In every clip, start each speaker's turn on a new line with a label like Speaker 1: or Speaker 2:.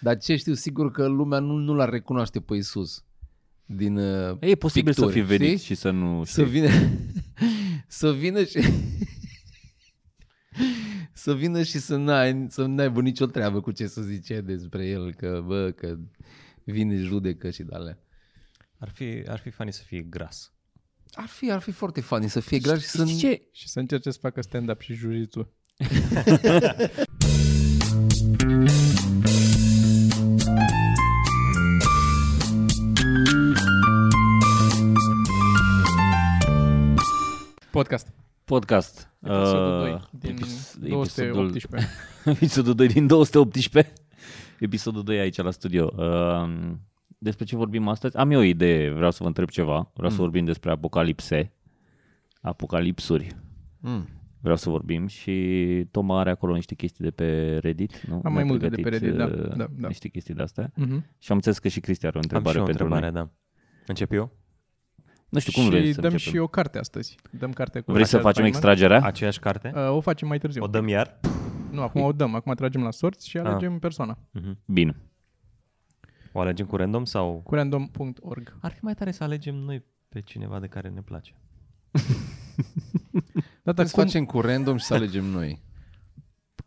Speaker 1: Dar ce știu sigur că lumea nu, nu l-ar recunoaște pe Isus din uh,
Speaker 2: E posibil
Speaker 1: picturi,
Speaker 2: să fii venit
Speaker 1: știi?
Speaker 2: și să nu știi.
Speaker 1: Să vină Să vină și Să vină și să n-ai Să n-aibă nicio treabă cu ce să zice despre el Că bă, că vine judecă și de alea
Speaker 3: Ar fi, ar fi funny să fie gras.
Speaker 1: Ar fi, ar fi foarte funny să fie gras și să
Speaker 2: Știi ce?
Speaker 4: Și să încerce să facă stand-up și jurițul. Podcast.
Speaker 2: Podcast.
Speaker 4: Episodul
Speaker 2: Uh,
Speaker 4: 2 din
Speaker 2: epis- episodul-
Speaker 4: 218.
Speaker 2: Episodul 2 din 218. Episodul 2 aici la studio. Uh, despre ce vorbim astăzi? Am eu o idee, vreau să vă întreb ceva. Vreau mm. să vorbim despre apocalipse. Apocalipsuri.
Speaker 1: Mm.
Speaker 2: Vreau să vorbim și Toma are acolo niște chestii de pe Reddit. Nu?
Speaker 4: Am mai
Speaker 2: Ne-a
Speaker 4: multe de
Speaker 2: pregătit,
Speaker 4: pe Reddit, da,
Speaker 2: uh,
Speaker 4: da, da.
Speaker 2: Niște chestii de astea.
Speaker 4: Mhm.
Speaker 2: Și am înțeles că și Cristi are o
Speaker 3: Am
Speaker 2: întrebare
Speaker 3: și eu o
Speaker 2: pentru
Speaker 3: întrebare,
Speaker 2: noi.
Speaker 3: da. Încep eu?
Speaker 2: Nu știu cum
Speaker 4: și
Speaker 2: vrei
Speaker 4: dăm
Speaker 2: să începem.
Speaker 4: și o carte astăzi. Dăm carte cu
Speaker 2: Vrei să
Speaker 4: Rachel
Speaker 2: facem
Speaker 4: Feynman.
Speaker 2: extragerea?
Speaker 3: Aceeași carte?
Speaker 4: Uh, o facem mai târziu.
Speaker 3: O dăm iar?
Speaker 4: Nu, acum o dăm. Acum tragem la sorți
Speaker 2: Ah.
Speaker 4: și alegem persoana.
Speaker 2: Mm. Bine.
Speaker 3: O alegem cu random sau...
Speaker 4: Cu random.org.
Speaker 3: Ar fi mai tare să alegem noi pe cineva de care ne place.
Speaker 4: Da, dar
Speaker 1: Să
Speaker 4: cum,
Speaker 1: facem cu random și să alegem noi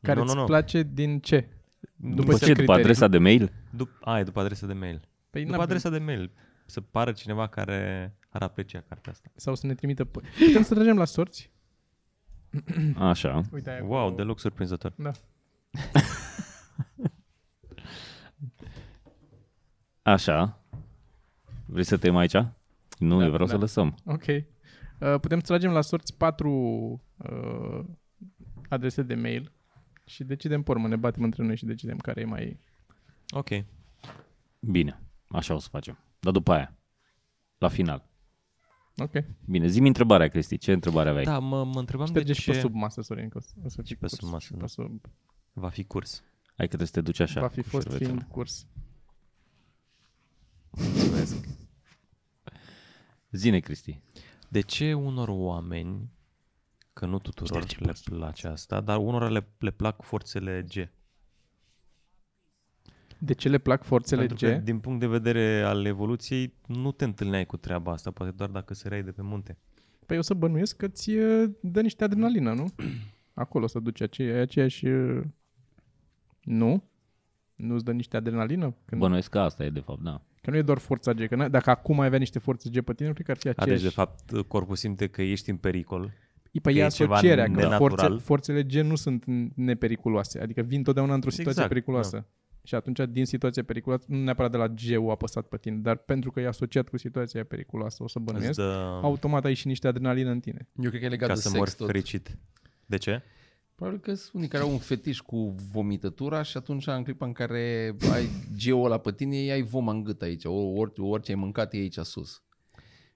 Speaker 4: care
Speaker 3: Nu,
Speaker 4: îți
Speaker 3: nu, nu.
Speaker 4: place din ce?
Speaker 2: După ce? După
Speaker 4: criterii.
Speaker 2: adresa de mail?
Speaker 3: Dup- a, e după adresa de mail.
Speaker 4: Păi
Speaker 3: După
Speaker 4: n-ar-
Speaker 3: adresa de mail. Să pară cineva care ar aprecia cartea asta.
Speaker 4: Sau să ne trimită... p- Putem să tragem la sorți?
Speaker 2: Așa.
Speaker 4: Uite aia.
Speaker 3: Wow,
Speaker 4: cu...
Speaker 3: deloc surprinzător.
Speaker 4: Da.
Speaker 2: Așa. Vrei să te mai aici? Nu, da, eu vreau da. să lăsăm.
Speaker 4: Ok. Uh, putem să tragem la sorți patru uh, adrese de mail și decidem pe urmă. Ne batem între noi și decidem care e mai...
Speaker 3: Ok.
Speaker 4: Păi,
Speaker 2: Bine, așa o să facem. Dar după aia, la final.
Speaker 4: Ok.
Speaker 2: Bine, zi-mi întrebarea, Cristi. Ce întrebare aveai?
Speaker 3: Da, mă, mă întrebam de
Speaker 4: Șterge și Deci pe
Speaker 3: ce
Speaker 4: sub masă, Sorin, că o să- o să fie
Speaker 3: pe sub masă,
Speaker 4: și pe
Speaker 3: da.
Speaker 4: sub...
Speaker 3: va fi curs.
Speaker 2: Hai că trebuie să te duci așa.
Speaker 4: Va fi
Speaker 2: cu
Speaker 4: fost
Speaker 2: șervețele.
Speaker 4: fiind curs.
Speaker 2: Zine, Cristi.
Speaker 3: De ce unor oameni, că nu tuturor le place asta, dar unora le, le plac forțele G?
Speaker 4: De ce le plac forțele
Speaker 3: Pentru că,
Speaker 4: G?
Speaker 3: din punct de vedere al evoluției, nu te întâlneai cu treaba asta, poate doar dacă săreai de pe munte.
Speaker 4: Păi eu să bănuiesc că ți uh, dă niște adrenalină, nu? Acolo să duce aceea, aceeași... uh, Nu? Nu-ți dă niște adrenalină? Când,
Speaker 2: Bănuiesc că asta e, de fapt, da.
Speaker 4: Că nu e doar forța G. Că n- dacă acum ai avea niște forțe G pe tine, nu cred că ar fi
Speaker 3: A, deci,
Speaker 4: aceeași.
Speaker 3: de fapt, corpul simte că ești în pericol.
Speaker 4: E, păi
Speaker 3: că
Speaker 4: e
Speaker 3: e ceva
Speaker 4: asocierea, că
Speaker 3: nenatural.
Speaker 4: forțe, forțele G nu sunt nepericuloase. Adică vin totdeauna într-o situație
Speaker 3: Exact,
Speaker 4: periculoasă. Da. Și atunci, din situația periculoasă, nu neapărat de la G-ul apăsat pe tine, dar pentru că e asociat cu situația aia periculoasă, o să
Speaker 3: Îți
Speaker 4: bănuiesc,
Speaker 3: dă
Speaker 4: automat ai și niște adrenalină în tine.
Speaker 1: Eu cred că e legat
Speaker 3: ca
Speaker 1: de
Speaker 3: să
Speaker 1: sex
Speaker 3: mori
Speaker 1: tot.
Speaker 3: fericit. De ce?
Speaker 1: Probabil că sunt unii care au un fetiș cu vomitătura și atunci în clipa în care ai geul ăla pe tine, ai voma în gât aici, o- orice, orice ai mâncat e aici sus.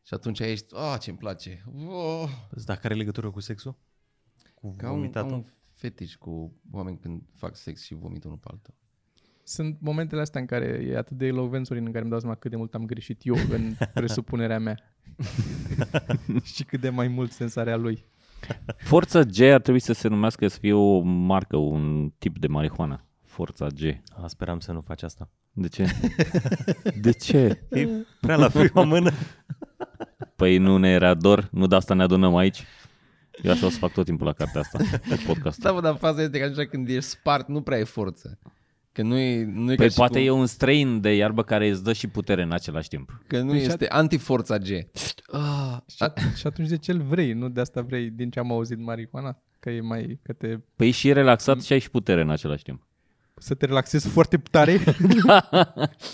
Speaker 1: Și atunci ești, ah, ce-mi place. Oh.
Speaker 3: Dar care are legătură cu sexul? Cu
Speaker 1: Ca un, ca
Speaker 3: vomitatul?
Speaker 1: un fetiș cu oameni când fac sex și vomit unul pe altul.
Speaker 4: Sunt momentele astea în care e atât de elogvent, Sorin, în care îmi dau seama cât de mult am greșit eu în presupunerea mea. și cât de mai mult sens are a lui.
Speaker 2: Forța G ar trebui să se numească, să fie o marcă, un tip de marihuana. Forța G.
Speaker 3: A, speram să nu faci asta.
Speaker 2: De ce? De ce?
Speaker 3: E prea la prima mână.
Speaker 2: Păi nu ne era dor, nu de asta ne adunăm aici. Eu așa o să fac tot timpul la cartea asta, pe podcast.
Speaker 1: Da, bă, dar faza este că atunci când ești spart, nu prea e forță. Că nu e, nu e
Speaker 2: Păi
Speaker 1: ca și
Speaker 2: poate
Speaker 1: cum,
Speaker 2: e un strain de iarbă care îți dă și putere în același timp.
Speaker 1: Că nu este antiforța G. Ah,
Speaker 4: Și, și atunci de ce îl vrei? Nu de asta vrei din ce am auzit marihuana? Că e mai... Că te,
Speaker 2: Păi și relaxat și ai și putere în același timp.
Speaker 4: să te relaxezi foarte tare?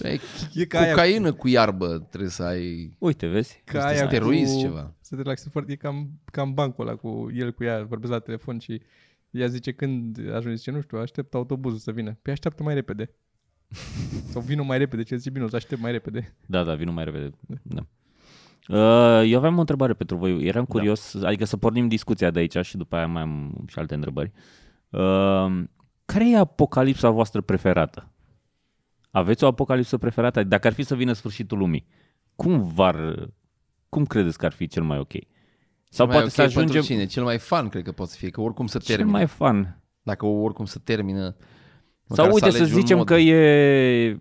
Speaker 1: e
Speaker 4: e ca aia,
Speaker 1: cocaină cu iarbă trebuie să ai...
Speaker 2: Uite, vezi?
Speaker 4: ca aia
Speaker 1: steroizi
Speaker 4: cu,
Speaker 1: ceva.
Speaker 4: Să te relaxezi foarte... E cam, cam bancul ăla cu el cu ea. Vorbesc la telefon și ea zice când ajunge, zice, nu știu, aștept autobuzul să vină. Păi așteaptă mai repede. Sau vină mai repede, ce zice, bine, o să aștept mai repede.
Speaker 2: Da, da, vină mai repede. Da. Uh, Eu aveam o întrebare pentru voi. Eram curios, da. adică să pornim discuția de aici și după aia mai am și alte întrebări. Uh, Care e apocalipsa voastră preferată? Aveți o apocalipsă preferată? Adică Dacă ar fi să vină sfârșitul lumii, cum v-ar, cum credeți că ar fi cel mai ok? Sau
Speaker 1: Mai
Speaker 2: poate
Speaker 1: ok
Speaker 2: să ajungem
Speaker 1: Pentru cine? Cel mai fan cred că poate să fie, că oricum să
Speaker 2: cel
Speaker 1: termină.
Speaker 2: mai fan.
Speaker 1: Dacă oricum să termină Măcar
Speaker 2: Sau uite, să
Speaker 1: alegi un
Speaker 2: zicem
Speaker 1: mod.
Speaker 2: că e...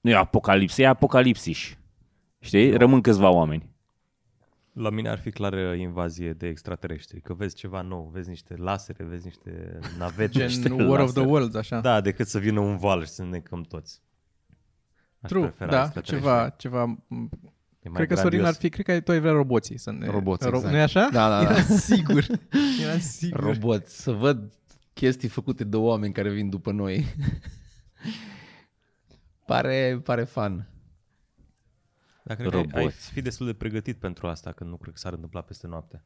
Speaker 2: Nu e apocalipsă, e apocalipsiș. Știi? Rămân câțiva oameni.
Speaker 3: La mine ar fi clar invazie de extraterestri, că vezi ceva nou, vezi niște lasere, vezi niște navete. niște
Speaker 4: Gen War of the
Speaker 3: lasere.
Speaker 4: Worlds, așa.
Speaker 3: Da, decât să vină un val și să ne căm toți. Aș
Speaker 4: True,
Speaker 3: prefera
Speaker 4: da,
Speaker 3: extraterestri.
Speaker 4: ceva, ceva... m,
Speaker 3: E mai
Speaker 4: Cred că Sorin
Speaker 3: grandios.
Speaker 4: ar fi, cred că tu ai vrea roboții să ne...
Speaker 1: Roboți,
Speaker 4: ro-
Speaker 1: exact.
Speaker 4: Nu-i așa?
Speaker 1: Da, da, da.
Speaker 4: Era sigur. Era sigur.
Speaker 1: Robot, să văd chestii făcute de oameni care vin după noi. pare, pare fan.
Speaker 3: Dar cred că ai- ai
Speaker 2: Roboți.
Speaker 3: fi destul de pregătit pentru asta, că nu cred că s-ar întâmpla peste noapte.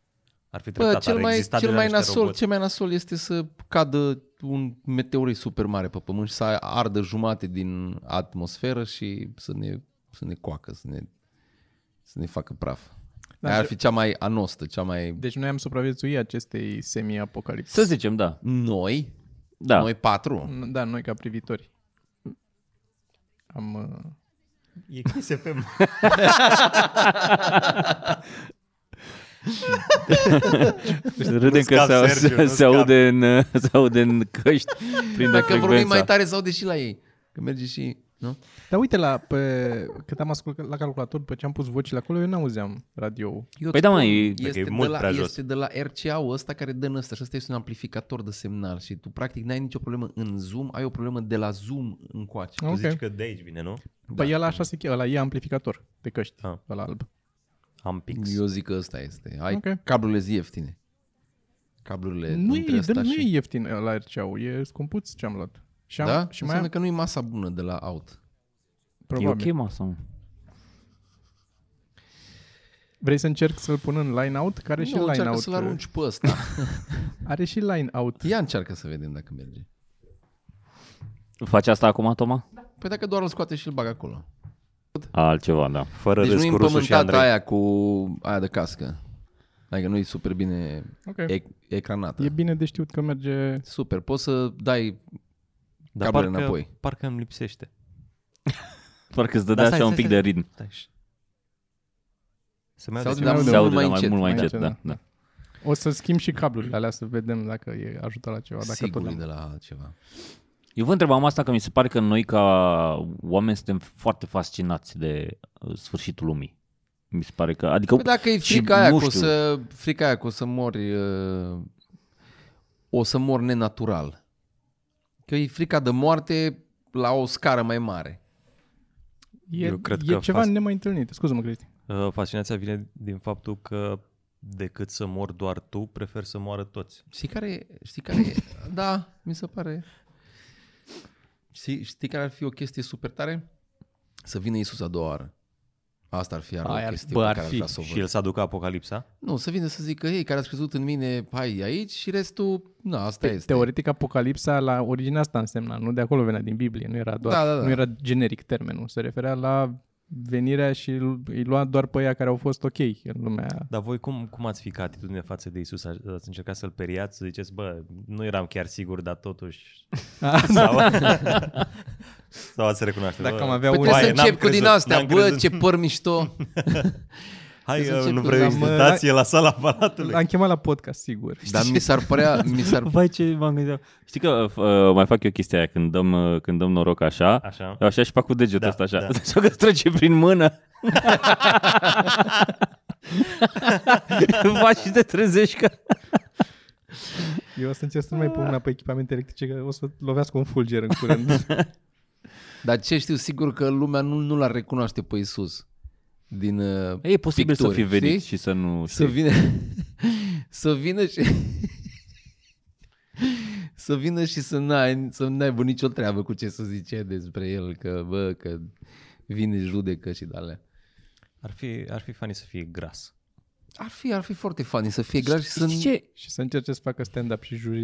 Speaker 3: Ar fi treptat,
Speaker 1: Bă,
Speaker 3: Bă,
Speaker 1: cel
Speaker 3: ar
Speaker 1: mai,
Speaker 3: exista
Speaker 1: cel
Speaker 3: deja
Speaker 1: mai
Speaker 3: niște
Speaker 1: nasol,
Speaker 3: roboți.
Speaker 1: cel mai nasol este să cadă un meteorit super mare pe pământ și să ardă jumate din atmosferă și să ne, să ne coacă, să ne, să ne facă praf.
Speaker 4: Da,
Speaker 1: Da, Aia ar
Speaker 4: și-
Speaker 1: fi cea mai anostă, cea mai...
Speaker 4: Deci noi am supraviețuit acestei semi-apocalipse.
Speaker 2: Să zicem, da.
Speaker 1: Noi?
Speaker 2: Da.
Speaker 1: Noi patru?
Speaker 4: N- Da, noi ca privitori. Am... uh,
Speaker 3: E Kiss FM.
Speaker 2: Râdem că
Speaker 3: Nu scap,
Speaker 2: se,
Speaker 3: Sergiu,
Speaker 2: se,
Speaker 3: nu
Speaker 2: se,
Speaker 3: scap.
Speaker 2: aude în, se aude în căști prin
Speaker 1: Dacă vorbim
Speaker 2: frecvența.
Speaker 1: mai tare, sau deși la ei. Că merge și... Nu?
Speaker 4: Dar uite, la, pe, cât am ascultat la calculator, pe ce am pus vocile acolo, eu n-auzeam radio
Speaker 1: Eu
Speaker 2: Păi
Speaker 1: îți
Speaker 2: da,
Speaker 1: spun,
Speaker 2: mă, e-
Speaker 1: este,
Speaker 3: că e
Speaker 1: de
Speaker 3: mult
Speaker 1: la,
Speaker 3: prea jos.
Speaker 1: este de la RCA-ul ăsta care dă în ăsta și ăsta este un amplificator de semnal și tu practic n-ai nicio problemă în Zoom, ai o problemă de la Zoom încoace.
Speaker 3: Tu
Speaker 4: Ok.
Speaker 3: zici că de aici vine, nu?
Speaker 1: Da.
Speaker 4: Păi el așa se cheamă, ăla e amplificator de căști,
Speaker 3: Ah.
Speaker 4: ăla alb.
Speaker 3: Am pix.
Speaker 1: Eu zic că ăsta este. Ai
Speaker 4: Ok.
Speaker 1: okay. cablurile zi ieftine. Cablurile
Speaker 4: Nu
Speaker 1: între
Speaker 4: e,
Speaker 1: ăsta
Speaker 4: de, nu
Speaker 1: și...
Speaker 4: e ieftin la rca e scumpuț ce am luat. Și am,
Speaker 1: Da?
Speaker 4: și mai
Speaker 1: Înseamnă
Speaker 4: am,
Speaker 1: că nu e masa bună de la out.
Speaker 2: E
Speaker 4: probabil.
Speaker 2: ok, mă, sau...
Speaker 4: Vrei să încerc să-l pun în line-out? Care Păi și
Speaker 1: nu,
Speaker 4: line-out.
Speaker 1: încearcă să-l arunci pe ăsta.
Speaker 4: Are și line-out.
Speaker 1: Ia încearcă să vedem dacă merge.
Speaker 2: Faci asta acum, Toma?
Speaker 1: Păi dacă doar îl scoate și îl bag acolo.
Speaker 2: Altceva, da.
Speaker 3: Fără
Speaker 1: Deci
Speaker 3: deci
Speaker 1: nu e
Speaker 3: râs cu Rusu și
Speaker 1: împământată
Speaker 3: Andrei.
Speaker 1: aia cu aia de cască. Adică nu e super bine
Speaker 4: Ok.
Speaker 1: ec- ecranată.
Speaker 4: E bine de știut că merge...
Speaker 1: Super, poți să dai
Speaker 3: Dar
Speaker 1: cablele
Speaker 3: parcă,
Speaker 1: înapoi.
Speaker 3: parcă îmi lipsește.
Speaker 2: Parcă îți dădea
Speaker 3: Dar
Speaker 2: așa
Speaker 3: stai,
Speaker 2: un
Speaker 3: stai,
Speaker 2: pic de
Speaker 3: stai.
Speaker 2: ritm.
Speaker 3: Stai și... Se mai
Speaker 1: Se
Speaker 3: aude
Speaker 1: aude,
Speaker 4: mai
Speaker 1: dar
Speaker 4: aude.
Speaker 1: mult
Speaker 2: Se aude,
Speaker 1: mai
Speaker 2: dar mai
Speaker 1: încet.
Speaker 2: mult mai
Speaker 4: mai
Speaker 2: încet,
Speaker 4: încet,
Speaker 2: da.
Speaker 4: da.
Speaker 2: da.
Speaker 4: O să schimb și cablurile alea să vedem dacă e ajută la ceva. Dacă
Speaker 1: Sigur da.
Speaker 4: tot
Speaker 1: e
Speaker 4: am...
Speaker 1: de la ceva.
Speaker 2: Păi Eu vă întrebam asta că mi se pare că noi ca oameni suntem foarte fascinați de uh, sfârșitul lumii. Mi se pare că... Adică
Speaker 1: Păi dacă e
Speaker 2: și
Speaker 1: frica aia,
Speaker 2: nu
Speaker 1: că o
Speaker 2: știu.
Speaker 1: să, frica aia că o să mori uh, o să mor nenatural. Că e frica de moarte la o scară mai mare.
Speaker 4: E,
Speaker 3: Eu cred
Speaker 4: e
Speaker 3: că
Speaker 4: ceva
Speaker 3: fast-
Speaker 4: nemai întâlnit. Scuze-mă, Cristi.
Speaker 3: Uh, Fascinația vine din faptul că decât să mor doar tu, prefer să moară toți.
Speaker 1: Știi care, știi care e? Da, mi se pare. Știi, știi care ar fi o chestie super tare? Să vină Isus a doua oară. Asta ar fi iar
Speaker 4: Aia
Speaker 1: o
Speaker 4: ar-
Speaker 1: chestie
Speaker 4: bă,
Speaker 1: pe
Speaker 4: ar
Speaker 1: care ar
Speaker 4: fi.
Speaker 1: vrea să o
Speaker 3: Și
Speaker 1: văd.
Speaker 3: el să aducă apocalipsa?
Speaker 1: Nu, să vină să zică, ei, care ați crezut în mine, hai aici și restul, na, asta este. Păi
Speaker 4: Teoretic, Apocalipsa la originea asta însemna, nu de acolo venea din Biblie, nu era, doar,
Speaker 1: Da, da, da.
Speaker 4: nu era generic termenul, se referea la venirea și îl- îi lua doar pe ea care au fost ok în lumea.
Speaker 3: Dar voi cum, cum ați fi ca atitudine față de Isus? Ați ați încercat să-l periați? Să ziceți, bă, nu eram chiar sigur, dar totuși... sau, sau ați recunoaște?
Speaker 4: Dacă
Speaker 3: bă,
Speaker 4: am avea
Speaker 1: Păi
Speaker 4: unii-
Speaker 1: trebuie să
Speaker 3: Oaie, n-am
Speaker 1: încep cu din
Speaker 3: crezut,
Speaker 1: astea,
Speaker 3: n-am
Speaker 1: bă,
Speaker 3: crezut.
Speaker 1: ce păr mișto.
Speaker 3: Hai,
Speaker 1: să
Speaker 3: uh,
Speaker 1: încep
Speaker 3: nu
Speaker 1: cu-
Speaker 3: vreau
Speaker 4: L-am,
Speaker 3: invitație la Da. sala palatului.
Speaker 4: L-am chemat la podcast, sigur.
Speaker 1: Dar mi s-ar părea, mi s-ar
Speaker 2: Vai ce m-am gândit. Știi că uh, mai fac eu chestia aia când dăm, uh, când dăm noroc așa,
Speaker 3: Așa.
Speaker 2: eu așa și fac cu degetul
Speaker 3: Da,
Speaker 2: ăsta așa.
Speaker 3: da.
Speaker 2: Așa că îți trece prin mână. Faci și te trezești că...
Speaker 4: Eu o să încerc să nu mai pun una pe echipamente electrice, că o să lovească un fulger în curând.
Speaker 1: Dar ce știu, sigur că lumea nu, nu l-ar recunoaște pe Isus din uh,
Speaker 2: E posibil
Speaker 1: picturi,
Speaker 2: să fi venit
Speaker 1: știi?
Speaker 2: și să nu
Speaker 1: Să
Speaker 2: știi.
Speaker 1: vină, să vină și... să vină și să n-ai, să n-aibă nicio treabă cu ce să zice despre el, că bă, că vine judecă și de
Speaker 3: Ar fi, ar fi funny să fie gras.
Speaker 1: Ar fi, ar fi foarte funny să fie gras și să...
Speaker 2: Știi ce?
Speaker 4: și să încerce să facă stand-up și jiu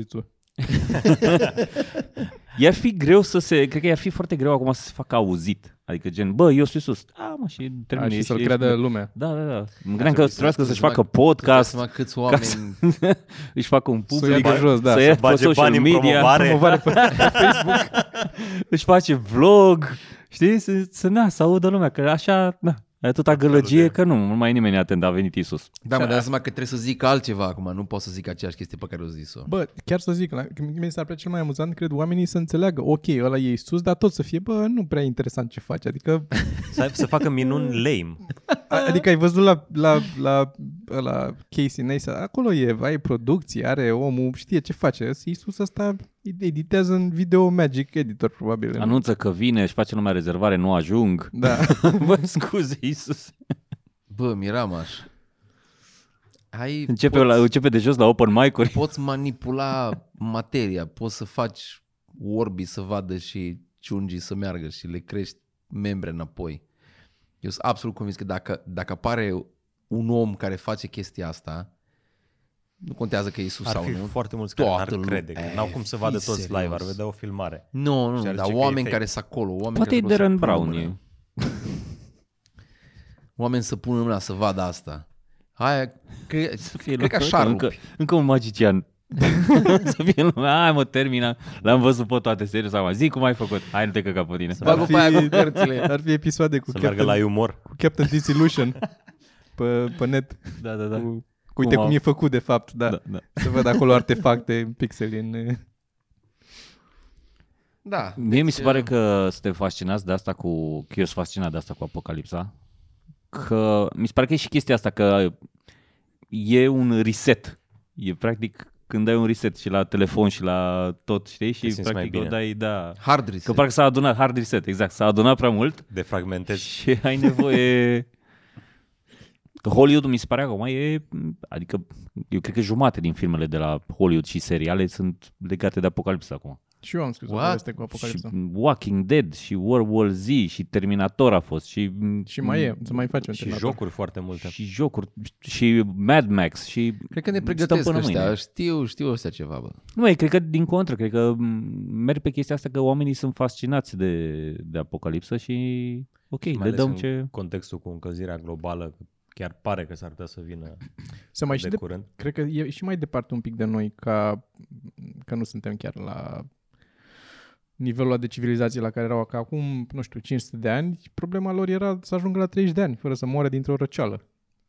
Speaker 2: I-ar fi greu să se... Cred că i-ar fi foarte greu acum să se facă auzit. Adică gen, bă, eu sunt sus. A, mă, și termină.
Speaker 4: și
Speaker 2: ești-
Speaker 4: să-l
Speaker 2: ești-
Speaker 4: creadă lumea.
Speaker 2: Da, da, da. Mă gândeam
Speaker 1: Ar trebui
Speaker 2: că să trebuiască să-și facă
Speaker 1: Îți
Speaker 2: podcast,
Speaker 1: dai seama câți
Speaker 2: ca
Speaker 1: oameni...
Speaker 2: să își facă un
Speaker 4: Să ia
Speaker 2: public,
Speaker 4: de jos, da.
Speaker 2: să
Speaker 4: Să
Speaker 2: ia
Speaker 3: să bage
Speaker 2: pe social
Speaker 3: bani în
Speaker 2: media,
Speaker 3: promovare.
Speaker 4: promovare pe
Speaker 2: își face vlog, știi, să, să, na, să audă lumea, că așa, na, Atâta gălăgie că nu, nu mai e nimeni atent, a venit Isus.
Speaker 1: Da, mă, dar seama că trebuie să zic altceva acum, nu pot să zic aceeași chestie pe care o zis-o.
Speaker 4: Bă, chiar să zic, la, mi s-ar plăcea cel mai amuzant, cred, oamenii să înțeleagă, ok, ăla e Isus, dar tot să fie, bă, nu prea interesant ce faci, adică,
Speaker 3: Să, să facă minuni lame.
Speaker 4: a, adică ai văzut la, la, la, la, la Casey Neistat, acolo e, ai producție, are omul, știe ce face, Isus ăsta editează în video magic editor, probabil. în-
Speaker 2: Anunță că vine, își face lumea rezervare, nu ajung.
Speaker 4: Da.
Speaker 2: Bă, scuze, Isus.
Speaker 1: Bă, Miramaș. Ai,
Speaker 2: Începe, la, începe de jos la open mic-uri.
Speaker 1: poți manipula materia, poți să faci orbii să vadă și ciungii să meargă și le crești membre înapoi. Eu sunt absolut convins că dacă, dacă apare un om care face chestia asta, nu contează că e Isus
Speaker 3: Ar
Speaker 1: sau
Speaker 3: fi
Speaker 1: nu.
Speaker 3: foarte mulți care
Speaker 1: Toată
Speaker 3: n-ar
Speaker 1: lumea.
Speaker 3: crede. Că
Speaker 1: E,
Speaker 3: n-au cum să
Speaker 1: fii
Speaker 3: vadă toți
Speaker 1: serios.
Speaker 3: live, ar vedea o filmare.
Speaker 1: Nu, nu,
Speaker 3: Și ar
Speaker 1: nu, dar
Speaker 3: zice că e
Speaker 1: oameni
Speaker 3: fake.
Speaker 1: care sunt acolo. Oameni
Speaker 2: Poate e
Speaker 1: care acolo să
Speaker 2: Darren
Speaker 1: pună
Speaker 2: Brown.
Speaker 1: mâna.
Speaker 2: E.
Speaker 1: Oameni să pună mâna să vadă asta. Aia, cred, cred că așa ar
Speaker 2: încă,
Speaker 1: rupi.
Speaker 2: încă un magician. să fie lumea, hai mă, termina. L-am văzut pe toate, serios, am zi cum ai făcut. Hai, nu te căca pe tine. Da.
Speaker 1: Bagă pe aia cu cărțile.
Speaker 4: ar fi episoade cu
Speaker 3: Să meargă la
Speaker 4: Captain,
Speaker 3: umor.
Speaker 4: cu Captain Disillusion pe, pe net.
Speaker 2: Da, da, da.
Speaker 4: Cu, cu uite
Speaker 2: Cum au-
Speaker 4: cum, e făcut, de fapt, da.
Speaker 2: da, da.
Speaker 4: Să văd acolo artefacte, pixeli în...
Speaker 1: Da.
Speaker 2: Mie mi se
Speaker 1: deci,
Speaker 2: pare că suntem fascinați de asta cu, că eu sunt fascinat de asta cu Apocalipsa, că mi se pare că e și chestia asta, că e un reset. E practic când dai un reset și la telefon și la tot, știi? Și
Speaker 3: Te simți mai
Speaker 2: practic o
Speaker 3: bine.
Speaker 2: dai, da.
Speaker 1: Hard reset.
Speaker 2: Că parcă s-a adunat, hard reset, exact. S-a adunat prea mult
Speaker 3: Defragmentezi.
Speaker 2: și ai nevoie... Că Hollywood mi se pare acum e, adică eu cred că jumate din filmele de la Hollywood și seriale sunt legate de apocalipsă acum.
Speaker 4: Și eu am scris o
Speaker 1: What?
Speaker 4: poveste cu
Speaker 2: Și
Speaker 4: Apocalipsa. Și,
Speaker 2: Walking Dead și World War Z și Terminator a fost și, mm,
Speaker 4: și mai e, să mai facem
Speaker 3: Și jocuri foarte multe.
Speaker 2: și jocuri și Mad Max și
Speaker 1: Cred că ne
Speaker 2: stăm
Speaker 1: pregătesc
Speaker 2: până
Speaker 1: ăștia.
Speaker 2: mâine.
Speaker 1: Știu, știu ăștia ceva, bă.
Speaker 2: Nu, e, cred că din contră, cred că m, merg pe chestia asta că oamenii sunt fascinați de, de apocalipsă și ok,
Speaker 3: Mai
Speaker 2: le
Speaker 3: ales
Speaker 2: dăm
Speaker 3: în
Speaker 2: ce...
Speaker 3: contextul cu încălzirea globală, că chiar pare că s-ar putea să vină
Speaker 4: Să mai și
Speaker 3: de,
Speaker 4: de,
Speaker 3: curând.
Speaker 4: cred că e și mai departe un pic de noi ca că nu suntem chiar la nivelul ăla de civilizație la care erau că acum, nu știu, 500 de ani, problema lor era să ajungă la 30 de ani, fără să moară dintr-o răceală.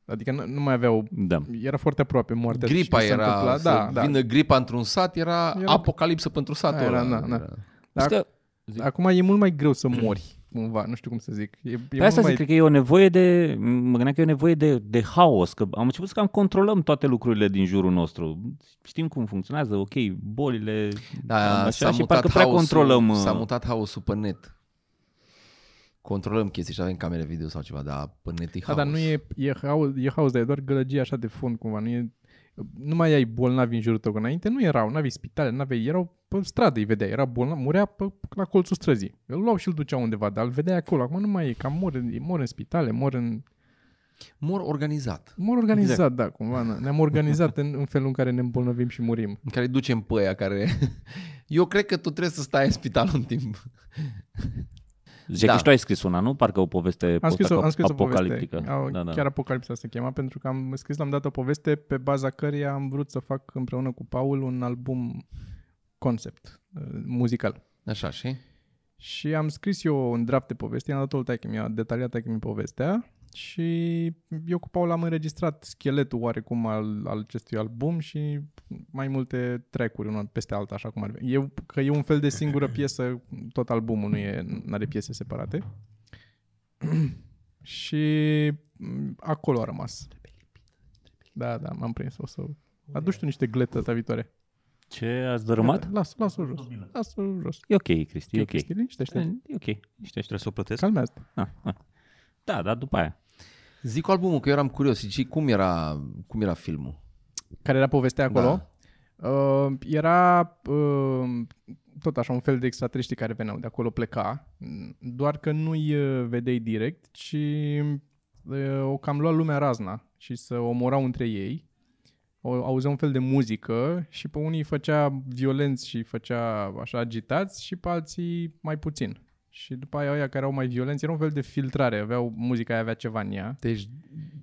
Speaker 4: Adică nu, nu mai aveau...
Speaker 2: Da.
Speaker 4: Era foarte aproape moartea. deci și
Speaker 1: Gripa
Speaker 4: se
Speaker 1: era,
Speaker 4: întâmpla-
Speaker 1: să da, vină gripa într-un sat, era,
Speaker 4: Era-
Speaker 1: apocalipsă pentru satul
Speaker 4: Aia era,
Speaker 1: ăla.
Speaker 4: na, na.
Speaker 1: Era-
Speaker 4: Dar
Speaker 2: Că, Zic.
Speaker 4: Acum e mult mai greu să mori, cumva, nu știu cum să zic. E, e
Speaker 1: Păi
Speaker 4: mult
Speaker 2: pe asta
Speaker 4: mai...
Speaker 2: zic, cred că e o nevoie de... Mă gândeam că e o nevoie de, de haos, că am început să cam controlăm toate lucrurile din jurul nostru. Știm cum funcționează, ok, bolile...
Speaker 1: Da,
Speaker 2: așa,
Speaker 1: s-a
Speaker 2: și
Speaker 1: mutat
Speaker 2: parcă prea
Speaker 1: haosul-
Speaker 2: controlăm... uh,
Speaker 1: S-a mutat haosul pe net. Controlăm chestii și avem camere video sau ceva, dar pe net e
Speaker 4: Da,
Speaker 1: haos.
Speaker 4: dar nu e, e, haos, e haos, dar e doar gălăgie așa de fund cumva. Nu, e, nu mai ai bolnavi în jurul tău, că înainte nu erau, nu aveai spitale, nu aveai, erau pe stradă, îi vedeai, era bolnav, murea pe, la colțul străzii. Îl luau și îl duceau undeva, dar îl vedeai acolo. Acum nu mai e, cam mor, în- mor în spitale, mor în...
Speaker 1: Mor organizat.
Speaker 4: Mor organizat, exact. da, cumva. na. Ne-am organizat în, în felul în care ne îmbolnăvim și murim.
Speaker 1: În care îi ducem pe aia care... Eu cred că tu trebuie să stai în spital un timp. Da.
Speaker 2: Zice da. că și tu ai scris una, nu? Parcă o poveste
Speaker 4: Am scris, o, am scris o
Speaker 2: apocaliptică.
Speaker 4: poveste, au,
Speaker 2: da, da.
Speaker 4: chiar Apocalipsa se chema, pentru că am scris, l-am dat o poveste pe baza căreia am vrut să fac împreună cu Paul un album concept uh, muzical.
Speaker 1: Așa, și?
Speaker 4: Și am scris eu un draft de poveste, i-am dat-o lui taică, mi-a detaliat taică mi povestea și eu cu Paul am înregistrat scheletul oarecum al, al acestui album și mai multe track-uri una peste alta, așa cum ar veni. Eu, că e un fel de singură piesă, tot albumul nu e, are piese separate. și m, acolo a rămas. Da, da, m-am prins. O să... Aduci tu niște gletă data viitoare.
Speaker 2: Ce ați dărâmat?
Speaker 4: Las, las-o jos. Las-o jos.
Speaker 2: E ok, Cristi, e ok.
Speaker 4: Chestii, liniștește-te.
Speaker 2: E ok. Niște
Speaker 3: Trebuie să o plătesc?
Speaker 4: Calmează-te.
Speaker 2: Ah, ah. Da, dar după aia.
Speaker 1: Zic cu albumul, că eu eram curios. Și cum era, cum era filmul?
Speaker 4: care era povestea acolo, da. uh, era uh, tot așa un fel de extraterestri care veneau de acolo, pleca, m, doar că nu-i uh, vedeai direct, ci uh, o cam lua lumea razna și se omorau între ei. O, auzeau un fel de muzică și pe unii îi făcea violenți și îi făcea așa agitați și pe alții mai puțin. Și după aia ăia care erau mai violenți, era un fel de filtrare, aveau muzica aia avea ceva în ea
Speaker 1: Deci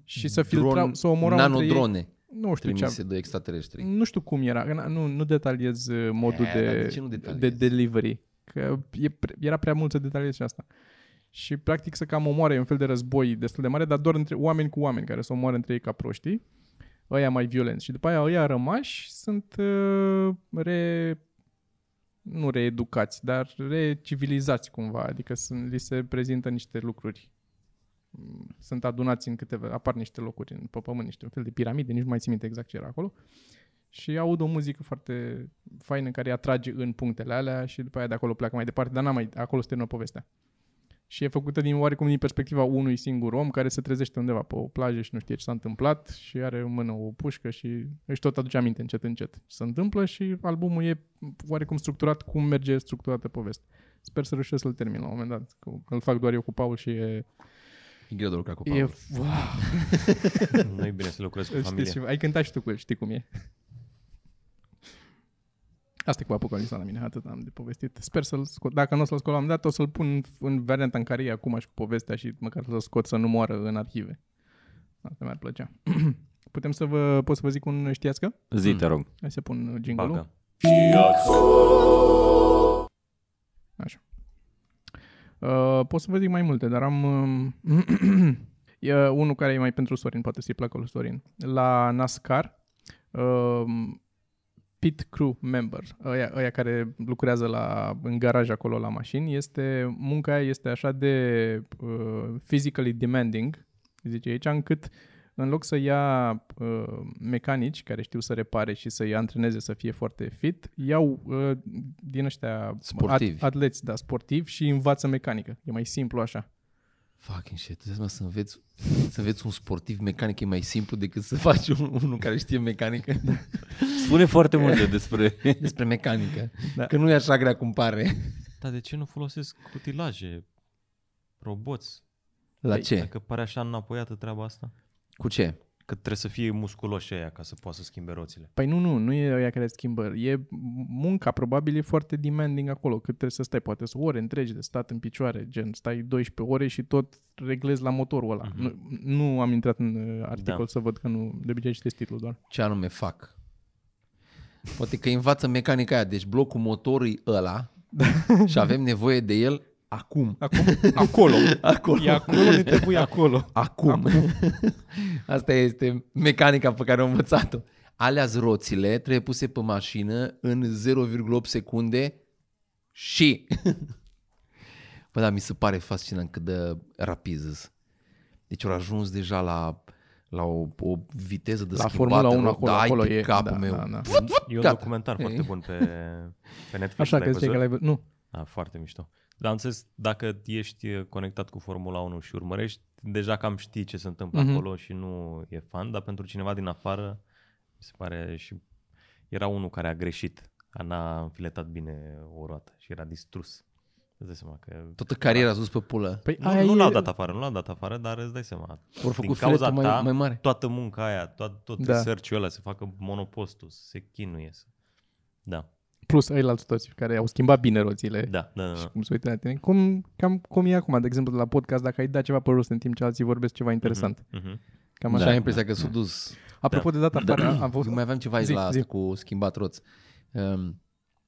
Speaker 4: și să filtrau, să omorau între ei. Deci
Speaker 1: nanodrone
Speaker 4: Nu știu ce
Speaker 1: trimise de extraterestri.
Speaker 4: nu știu cum era, că na- nu, nu detaliez uh, modul
Speaker 1: Eh,
Speaker 4: de,
Speaker 1: dar de ce nu
Speaker 4: de,
Speaker 1: detaliezi?
Speaker 4: de delivery. Că e, pre- era prea mult să detaliez și asta. și practic să cam omoare, e un fel de război destul de mare, dar doar între oameni cu oameni care se omoară între ei ca proștii, ăia mai violenți. Și după aia ăia rămași sunt uh, re... nu reeducați, dar recivilizați cumva, adică sunt, li se prezintă niște lucruri. Mm, Sunt adunați în câteva, apar niște locuri în, pe pământ, niște un fel de piramide, nici nu mai țin minte exact ce era acolo. Și aud o muzică foarte faină care îi atrage în punctele alea și după aia de acolo pleacă mai departe, dar n-am mai, acolo se termină povestea. Și e făcută din oarecum din perspectiva unui singur om care se trezește undeva pe o plajă și nu știe ce s-a întâmplat și are în mână o pușcă și își tot aduce aminte încet încet ce se întâmplă și albumul e oarecum structurat cum merge structurată povestea. Sper să reușesc să-l termin la un moment dat. că Îl fac doar eu cu Paul și e...
Speaker 1: E greu de lucrat cu
Speaker 4: e
Speaker 1: Paul.
Speaker 3: nu e bine să lucrez cu
Speaker 4: Îl știi și,
Speaker 3: familia.
Speaker 4: ai cântat și tu cu el, știi cum e. Asta e cu apocalipsa la mine, atât am de povestit. Sper să-l scot. Dacă nu o să-l scot la un moment dat, o să-l pun în varianta în care e acum și cu povestea și măcar să-l scot să nu moară în arhive. Asta mi-ar plăcea. Putem să vă, pot să vă zic un știați că?
Speaker 2: Zi, te rog.
Speaker 4: Hai să pun jingle-ul.
Speaker 3: Bagă.
Speaker 4: Uh, pot să vă zic mai multe, dar am... um, e unul care e mai pentru Sorin, poate să-i placă lui Sorin. La NASCAR, um, pit crew member, ăia, ăia care lucrează la, în garaj acolo la mașini, este, munca aia este așa de uh, physically demanding, zice aici, încât în loc să ia uh, mecanici care știu să repare și să-i antreneze să fie foarte fit, iau uh, din ăștia
Speaker 1: Sportivi.
Speaker 4: atleți, da, sportivi și învață mecanică. E mai simplu așa.
Speaker 1: Fucking shit, tu să înveți, să înveți un sportiv mecanic e mai simplu decât să faci un, unul care știe mecanică
Speaker 2: Spune foarte multe despre...
Speaker 1: Da, despre mecanică.
Speaker 4: Da.
Speaker 1: Da. Că nu e așa grea cum pare.
Speaker 3: Dar de ce nu folosesc utilaje, roboți?
Speaker 1: La
Speaker 4: Păi,
Speaker 1: ce?
Speaker 3: Dacă pare așa înapoiată treaba asta?
Speaker 1: Cu ce?
Speaker 3: Că trebuie să fie musculoși aia ca să poată să schimbe roțile.
Speaker 4: Păi nu, nu, nu e ea care schimbă. E munca, probabil, e foarte demanding acolo, cât trebuie să stai, poate să ore întregi de stat în picioare, gen, stai 12 ore și tot reglezi la motorul ăla. Nu, nu am intrat în uh, articol
Speaker 3: Da.
Speaker 4: să văd că nu, de obicei citesc titlul doar.
Speaker 1: Ce anume fac? Poate că învață mecanica aia, deci blocul motorului ăla și avem nevoie de el acum.
Speaker 4: Acum, acolo.
Speaker 1: Acolo.
Speaker 4: E acolo, ne trebuie acolo.
Speaker 1: Acum. Asta este mecanica pe care am învățat-o. Alea roțile trebuie puse pe mașină în 0,8 secunde și... Bă, dar mi se pare fascinant cât de rapid îs. Deci au ajuns deja la, la o, o viteză de
Speaker 4: La
Speaker 1: schimbat.
Speaker 4: Formula 1
Speaker 1: rău.
Speaker 4: acolo,
Speaker 1: da, ai
Speaker 4: acolo
Speaker 1: pe
Speaker 4: e.
Speaker 1: capul
Speaker 4: da,
Speaker 1: meu.
Speaker 4: Da, da.
Speaker 3: E un
Speaker 1: Gata.
Speaker 3: documentar
Speaker 1: Ei.
Speaker 3: foarte bun pe, pe Netflix.
Speaker 4: Așa
Speaker 3: l-ai
Speaker 4: că zice că l-ai
Speaker 3: văzut?
Speaker 4: văzut. Nu,
Speaker 3: A, Da, foarte mișto. Dar am înțeles, dacă ești eh, conectat cu Formula 1 și urmărești, deja cam știi ce se întâmplă
Speaker 4: Mhm.
Speaker 3: acolo și nu e fan, dar pentru cineva din afară, mi se pare și era unul care a greșit, a n-a înfiletat bine o roată și era distrus. Îți dai seama că...
Speaker 1: Toată cariera a dus pe pulă.
Speaker 4: păi
Speaker 3: Nu,
Speaker 4: aia
Speaker 3: nu
Speaker 4: e-
Speaker 3: l-au dat afară, nu l-au dat afară, dar îți dai seama.
Speaker 1: Vor
Speaker 3: Din
Speaker 1: făcut
Speaker 3: cauza
Speaker 1: filetul mai,
Speaker 3: ta,
Speaker 1: mai mare.
Speaker 3: toată munca aia, tot, tot
Speaker 4: Da.
Speaker 3: da. research-ul ăla, să facă monopostul, să se chinuie. Să... Da,
Speaker 4: Plus ăilalți toți care au schimbat bine roțile.
Speaker 3: da, da, da.
Speaker 4: Păi- și
Speaker 3: da.
Speaker 4: cum se uită la tine. Cum, cam cum e acum, de exemplu, la podcast, dacă ai dat ceva pe rost în timp ce alții vorbesc ceva interesant. Mm-hmm.
Speaker 3: Mhm.
Speaker 4: Cam
Speaker 1: Da,
Speaker 4: așa.
Speaker 1: și am impresia că s-a dus
Speaker 4: Apropo de data afară, a, a fost...
Speaker 1: Eu mai aveam ceva
Speaker 4: Zi,
Speaker 1: zi, la asta
Speaker 4: zi.
Speaker 1: zi. cu schimbat roți. Um,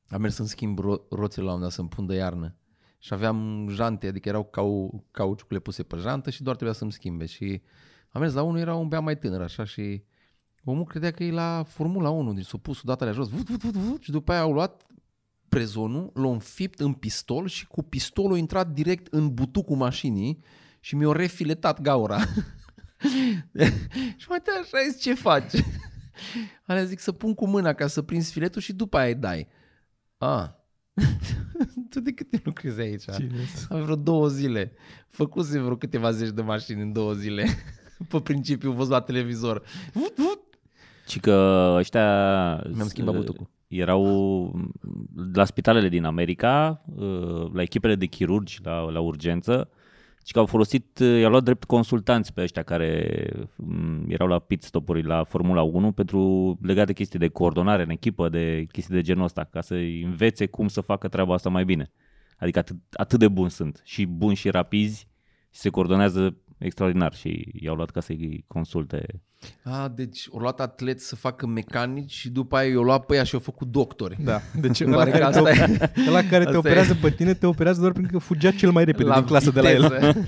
Speaker 1: am mers să-mi schimb ro- roțile la un dat să-mi pun de iarnă. Și aveam jante, adică erau cau- cauciucurile puse pe jantă și doar trebuia să-mi schimbe. Și am mers la unul, era un bea mai tânăr așa și omul credea că e la Formula 1, deci s-a pus odată alea jos vut, vut, vut, vut, și după aia au luat prezonul, l-au înfipt în pistol și cu pistolul a intrat direct în butucul mașinii și mi-a refiletat gaura. și mă uitam așa, zis, ce faci? Alea zic să pun cu mâna ca să prins filetul și după aia îi dai. A. tu de câte lucrezi aici? Am vreo două zile. Făcuse vreo câteva zeci de mașini în două zile. Pe principiu, văzut la televizor. Vut, vut.
Speaker 2: Ci că ăștia...
Speaker 1: Mi-am schimbat butucul.
Speaker 2: Erau la spitalele din America, uh, la echipele de chirurgi, la, la urgență, și că au folosit, uh, i-au luat drept consultanți pe ăștia care um, erau la pit stopuri la Formula 1 pentru legate de chestii de coordonare în echipă, de chestii de genul ăsta, ca să învețe cum să facă treaba asta mai bine. Adică atât, atât de bun sunt și buni și rapizi și se coordonează extraordinar și i-au luat ca să-i consulte.
Speaker 1: A, deci au luat atleți să facă mecanici și după aia i-au luat pe ea și au făcut doctori.
Speaker 4: Da. Deci
Speaker 1: Îmi
Speaker 4: ăla
Speaker 1: pare
Speaker 4: care,
Speaker 1: că
Speaker 4: te,
Speaker 1: asta
Speaker 4: op-
Speaker 1: e
Speaker 4: ăla care te
Speaker 1: asta e.
Speaker 4: operează pe tine, te operează doar pentru că fugea cel mai repede din clasă Păi de la el.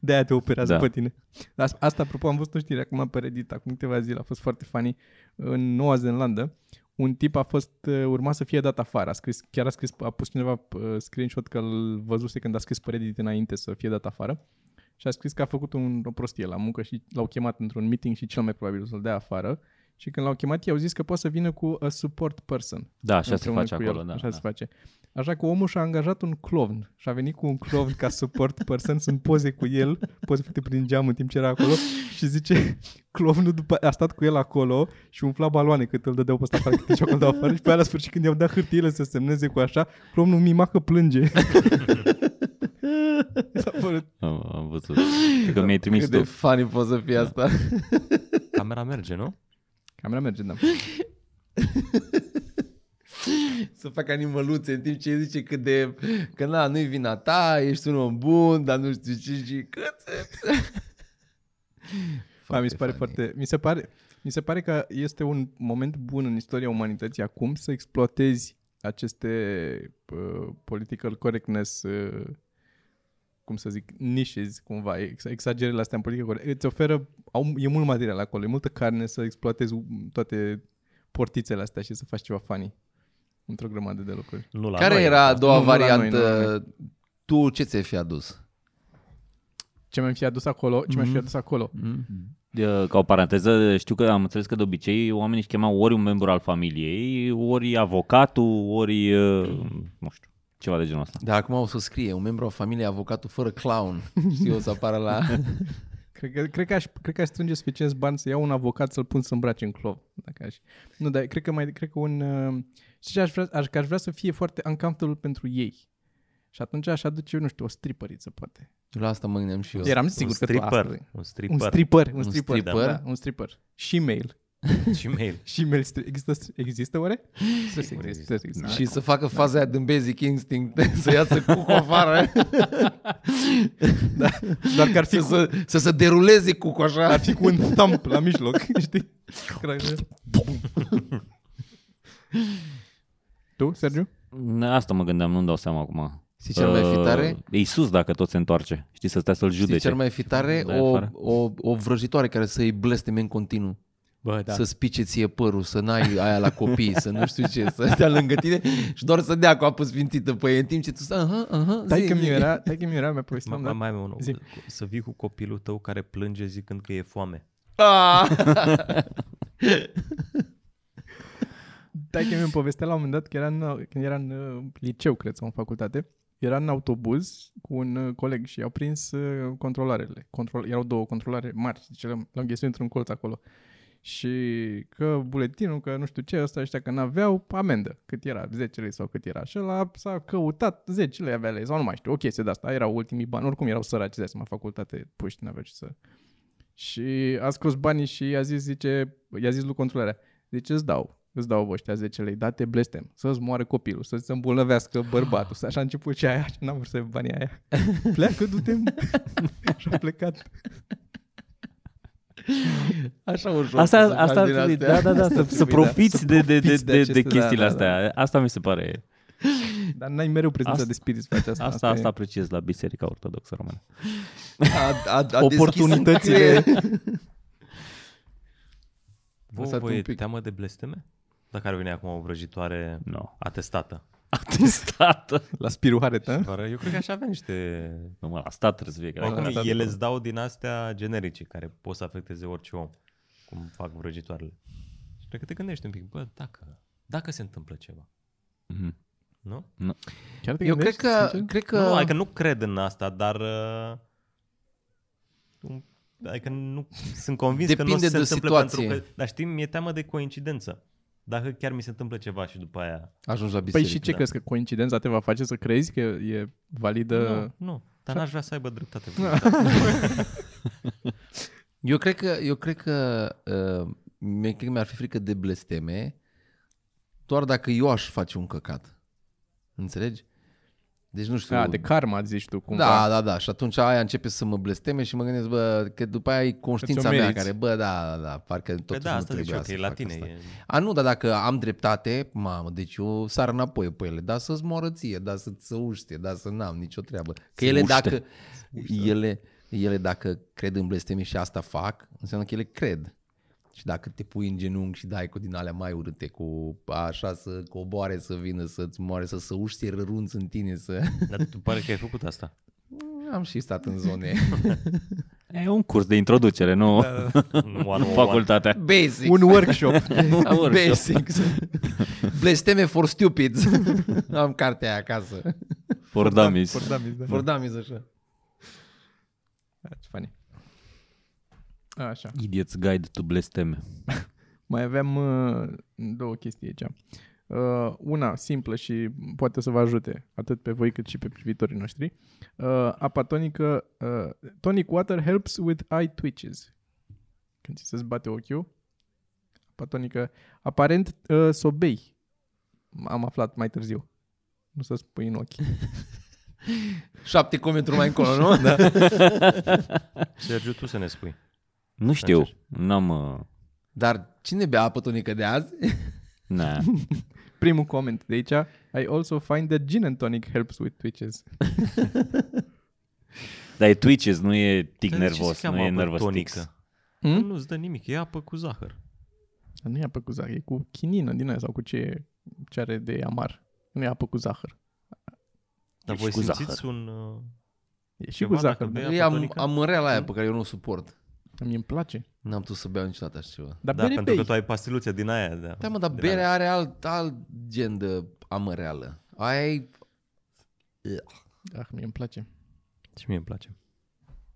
Speaker 4: De aia te operează
Speaker 2: Da.
Speaker 4: da. pe tine. Dar as- asta, apropo, am văzut o știre acum pe Reddit, acum câteva zile, a fost foarte funny, în Noua Zeelandă. Un tip a fost, uh, urma să fie dat afară, a scris, chiar a scris, a pus cineva uh, screenshot că îl văzuse când a scris pe Reddit înainte să fie dat afară și a scris că a făcut un, o prostie la muncă și l-au chemat într-un meeting și cel mai probabil o să-l dea afară și când l-au chemat i-au zis că poate să vină cu a support person.
Speaker 2: Da, așa se
Speaker 4: Împreună
Speaker 2: face
Speaker 4: cu el.
Speaker 2: acolo. Da,
Speaker 4: Așa
Speaker 2: da.
Speaker 4: se face. Așa că omul și-a angajat un clown și a venit cu un clown ca support person, sunt poze cu el, poze făcute prin geam în timp ce era acolo și zice, clownul după a stat cu el acolo și umfla baloane cât îl dădeau pe ăsta afară, cât își dădeau afară și pe aia la sfârșit când i-au dat hârtiile să semneze cu așa, clownul mima că plânge. S-a părut.
Speaker 2: Am, am văzut. Cred că mi-ai trimis
Speaker 1: Cât de
Speaker 2: tu.
Speaker 1: funny poate să fie asta.
Speaker 3: Camera merge, nu?
Speaker 4: Camera merge, da.
Speaker 1: Să facă animăluțe în timp ce îi zice cât de... Că na, nu-i vina ta, ești un om bun, dar nu știu ce și cât.
Speaker 4: Da, mi se pare foarte... Mi se pare, mi se pare că este un moment bun în istoria umanității acum să exploatezi aceste uh, political correctness, uh, cum să zic, nișezi cumva, ex- exagerele astea în politică corect. Îți oferă, au, e mult material acolo, e multă carne să exploatezi um, toate portițele astea și să faci ceva funny într-o grămadă de lucruri.
Speaker 3: Nu la
Speaker 1: Care
Speaker 3: noi,
Speaker 1: era a doua
Speaker 4: Nu, nu la noi,
Speaker 1: variantă?
Speaker 4: nu la
Speaker 1: Tu ce ți-ai fi adus?
Speaker 4: Ce mi-am fi adus acolo, ce mi-aș fi adus acolo?
Speaker 2: Uh, Ca o paranteză, știu că am înțeles că de obicei oamenii își chemau ori un membru al familiei, ori avocatul, ori, uh, nu știu, ceva de genul ăsta.
Speaker 1: Da, acum o să scrie, un membru al familiei, avocatul fără clown. Știu, o să apară la...
Speaker 4: Cred că, cred, că aș, cred că aș strânge suficienți bani să iau un avocat să-l pun să îmbrace în clov. Dacă aș... Nu, dar cred că mai cred că un... uh, Știi ce aș vrea? Aș, că aș vrea să fie foarte uncomfortable pentru ei. Și atunci aș aduce, eu nu știu, o stripăriță, poate.
Speaker 1: La asta mă gândeam și eu.
Speaker 4: Eram
Speaker 3: Un
Speaker 4: sigur că tu asta...
Speaker 3: stripper.
Speaker 4: vrei.
Speaker 3: Un
Speaker 4: Un
Speaker 3: stripper.
Speaker 4: stripper, un
Speaker 1: Un
Speaker 4: stripper, un stripper,
Speaker 1: stripper?
Speaker 4: da, un stripper. Și mail.
Speaker 3: Și mail.
Speaker 4: Și mail stri- există, stri- există oare? Trebuie să existe, trebuie să existe.
Speaker 1: Și să facă faza aia din Basic Instinct, să iasă cu covară,
Speaker 4: Doar că ar fi,
Speaker 1: să,
Speaker 4: cu,
Speaker 1: să, să se deruleze cu așa.
Speaker 4: ar fi cu un thump la mijloc, știi? Cred că- tu, Sergiu?
Speaker 2: Asta mă gândeam, nu-mi dau seama acum.
Speaker 1: Știi ce ar mai fi tare?
Speaker 2: Uh, Iisus dacă tot se întoarce, știi, să stea să-l
Speaker 1: Știi ce
Speaker 2: judece.
Speaker 1: ar mai fi tare?
Speaker 2: Da,
Speaker 1: O,
Speaker 2: afară.
Speaker 1: o, o vrăjitoare care să-i blesteme în continuu.
Speaker 3: Bă, da.
Speaker 1: Să spice ție părul, să n-ai aia la copii, să nu știu ce, să stea lângă tine și doar să dea cu apă sfințită pe ei în timp ce tu stai, aha, aha,
Speaker 4: Dai
Speaker 1: zi,
Speaker 4: că mi
Speaker 1: zi.
Speaker 4: era, dai că mi era, mi-a povestit.
Speaker 3: Mai, mai, mai am unul.
Speaker 4: Zi.
Speaker 3: Să vii cu copilul tău care plânge zicând că e foame.
Speaker 1: Ah!
Speaker 4: Dai că mi-am povestea la un moment dat că era în, când era în uh, liceu, cred, sau în facultate. Era în autobuz cu un uh, coleg și au prins uh, controlarele. Control, erau două controlare mari, deci l-am, l-am găsit într-un colț acolo. Și că buletinul, că nu știu ce, ăsta ăștia că n-aveau amendă, cât era, 10 lei sau cât era. Și ăla s-a căutat 10 lei avea lei sau nu mai știu, o chestie de asta, erau ultimii bani, oricum erau săraci, de seama, facultate, puști, n-aveau ce să... Și a scos banii și i-a zis, zice, i-a zis lui controlarea, zice, îți dau, îți dau vă ăștia 10 lei, date blestem, să-ți moare copilul, să-ți se îmbolnăvească bărbatul. Și așa a început și aia, și n-am vrut să iau banii aia. Pleacă, du-te. și a plecat.
Speaker 1: Așa ușor.
Speaker 2: Asta,
Speaker 1: să faci
Speaker 2: asta ar
Speaker 1: din
Speaker 2: trebui,
Speaker 1: astea.
Speaker 2: da, da, da, să, să
Speaker 4: trebuie, da.
Speaker 2: profiți de, de, de,
Speaker 4: profiți de
Speaker 2: de, de
Speaker 4: aceste- da,
Speaker 2: chestiile
Speaker 4: da,
Speaker 2: astea. Asta mi se pare.
Speaker 4: Dar n-ai mereu prezența
Speaker 2: Asta-
Speaker 4: de spirit să faci asta.
Speaker 2: Asta, asta
Speaker 4: e.
Speaker 2: apreciez la Biserica Ortodoxă Română.
Speaker 1: A, a, a
Speaker 4: Oportunitățile.
Speaker 3: Vă,
Speaker 1: Lăsați
Speaker 3: vă e
Speaker 1: un pic.
Speaker 3: teamă de blesteme? Dacă ar veni acum o vrăjitoare
Speaker 2: Nu. No.
Speaker 3: atestată.
Speaker 2: Atestată.
Speaker 4: La spiruharet, a?
Speaker 3: Doar eu cred că aș avea niște...
Speaker 2: Nu mă, la stat trebuie să fie. că-
Speaker 3: Oricum,
Speaker 4: asta de
Speaker 3: ele îți dau din astea generice care pot să afecteze orice om, cum fac vrăjitoarele. Și cred că te gândești un pic, bă, dacă, dacă se întâmplă ceva,
Speaker 2: Mhm.
Speaker 3: nu?
Speaker 4: Chiar te
Speaker 1: Eu cred
Speaker 4: gândești,
Speaker 1: că,
Speaker 4: sincer?
Speaker 1: cred
Speaker 3: Că...
Speaker 1: că...
Speaker 3: Nu, adică nu cred în asta, dar... uh, un- Adică nu sunt convins că nu o să
Speaker 1: Depinde
Speaker 3: se
Speaker 1: de
Speaker 3: întâmple
Speaker 1: situație.
Speaker 3: pentru că... Dar știi, mi-e teamă de coincidență. Dacă chiar mi se întâmplă ceva și după aia...
Speaker 1: Ajungi la
Speaker 4: Păi
Speaker 1: biserică.
Speaker 4: și ce
Speaker 3: da.
Speaker 4: crezi că coincidența te va face să crezi că e validă?
Speaker 3: Nu, nu. Dar n-aș vrea să aibă dreptate. Păi
Speaker 1: Eu cred că, eu cred că, uh, mi cred că mi-ar fi frică de blesteme doar dacă eu aș face un căcat. Înțelegi? Deci nu știu.
Speaker 4: A, de karma zici tu cumva.
Speaker 1: da, da, da. Și atunci aia începe să mă blesteme și mă gândesc, bă, că după aia e conștiința
Speaker 4: Că ți-o
Speaker 1: mea
Speaker 4: meriți.
Speaker 1: care, bă, da, da, da parcă totuși
Speaker 3: Păi da,
Speaker 1: nu
Speaker 3: asta zici
Speaker 1: trebuia
Speaker 3: ok,
Speaker 1: să
Speaker 3: la
Speaker 1: fac
Speaker 3: tine
Speaker 1: asta.
Speaker 3: e.
Speaker 1: A, nu, dar dacă am dreptate, mamă, deci eu sar înapoi pe ele, dar să-ți moară ție, dar să-ți să uște, dar să n-am nicio treabă. Că ele
Speaker 2: uște. da.
Speaker 1: dacă, ele, ele dacă cred în blesteme și asta fac, înseamnă că ele cred. Și dacă te pui în genunchi și dai cu din alea mai urâte, cu așa să coboare, să vină, să-ți moare, să se uște rărunți în tine, să...
Speaker 3: Dar tu pare că ai făcut asta.
Speaker 1: Am și stat în zone.
Speaker 2: E un curs de introducere, nu,
Speaker 4: Da,
Speaker 2: nu
Speaker 3: One
Speaker 2: facultatea.
Speaker 1: Basic.
Speaker 4: Un workshop.
Speaker 1: Basics. Blesteme for stupids. Am cartea aia acasă.
Speaker 2: For dummies.
Speaker 4: Pordamis, da.
Speaker 1: For dummies așa.
Speaker 4: That's funny. Așa.
Speaker 2: Idiot's Guide to Blesteme.
Speaker 4: Mai aveam uh, două chestii aici. Uh, una simplă și poate să vă ajute atât pe voi cât și pe privitorii noștri. Uh, apa tonică, uh, tonic water helps with eye twitches. Când ți se bate ochiul, apa tonică, aparent uh, sobei. Am aflat mai târziu. Nu să spui în ochi.
Speaker 1: Șapte comenturi mai încolo, nu? da.
Speaker 3: Sergiu, tu să ne spui.
Speaker 2: Nu știu, n-am... uh,
Speaker 1: Dar cine bea apă tonică de azi?
Speaker 2: Na.
Speaker 4: Primul coment de aici. I also find that gin and tonic helps with twitches.
Speaker 2: Dar e twitches, nu e tic
Speaker 3: Dar de ce se
Speaker 2: nervos,
Speaker 3: cheamă
Speaker 2: nu e
Speaker 3: apă
Speaker 2: nervous
Speaker 3: tonică? Păi
Speaker 2: tics.
Speaker 4: Hmm?
Speaker 3: Nu-ți dă nimic, e apă cu zahăr.
Speaker 4: Dar Nu e apă cu zahăr, e cu chinină din aia sau cu ce, e- ce are de amar. Nu e apă cu zahăr.
Speaker 3: Dar
Speaker 2: Și
Speaker 3: voi
Speaker 2: cu
Speaker 3: simțiți
Speaker 2: zahăr.
Speaker 3: un... uh,
Speaker 4: E și
Speaker 3: Ceva
Speaker 4: cu zahăr,
Speaker 3: dacă
Speaker 4: da.
Speaker 3: bea-
Speaker 1: Eu
Speaker 3: apă
Speaker 1: am,
Speaker 3: tonică?
Speaker 1: am mărea la aia pe care eu nu o suport.
Speaker 4: Dar Mie îmi place.
Speaker 1: N-am putut să beau niciodată așa ceva.
Speaker 4: Dar
Speaker 3: Da,
Speaker 4: bere
Speaker 3: pentru că
Speaker 4: bei.
Speaker 3: tu ai pastiluțe din aia. Da,
Speaker 1: Da, mă, dar
Speaker 3: din
Speaker 1: berea are alt, alt gen de amăreală. Aia e...
Speaker 4: Ah, mie îmi place.
Speaker 3: Și mie îmi place.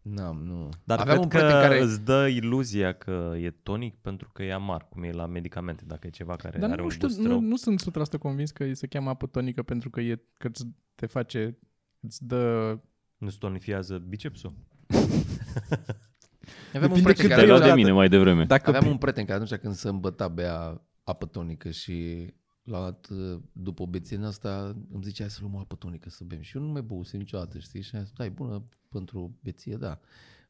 Speaker 1: N-am, nu.
Speaker 3: Dar
Speaker 1: Aveam un
Speaker 3: cred
Speaker 1: prieten
Speaker 3: că
Speaker 1: care...
Speaker 3: care... îți dă iluzia că e tonic pentru că e amar, cum e la medicamente, dacă e ceva care
Speaker 4: Dar
Speaker 3: are
Speaker 4: nu
Speaker 3: un
Speaker 4: știu,
Speaker 3: gust
Speaker 4: nu,
Speaker 3: rău.
Speaker 4: nu sunt 100% convins că se cheamă apă tonică pentru că, e, că îți- te face, îți dă...
Speaker 3: Nu-ți tonifiază bicepsul?
Speaker 1: Aveam un
Speaker 4: Depinde
Speaker 1: prieten
Speaker 2: Te
Speaker 4: cât
Speaker 1: care...
Speaker 4: eu
Speaker 2: luat de
Speaker 4: dată.
Speaker 2: mine mai devreme.
Speaker 4: Dacă
Speaker 1: Aveam un prieten care atunci când se îmbăta bea apă tonică și la un dat, uh, după obețiunea asta îmi zicea hai să luăm o apă tonică să bem. Și eu nu mai băusem niciodată, știi? Și am zis, da, e bună pentru o beție, da.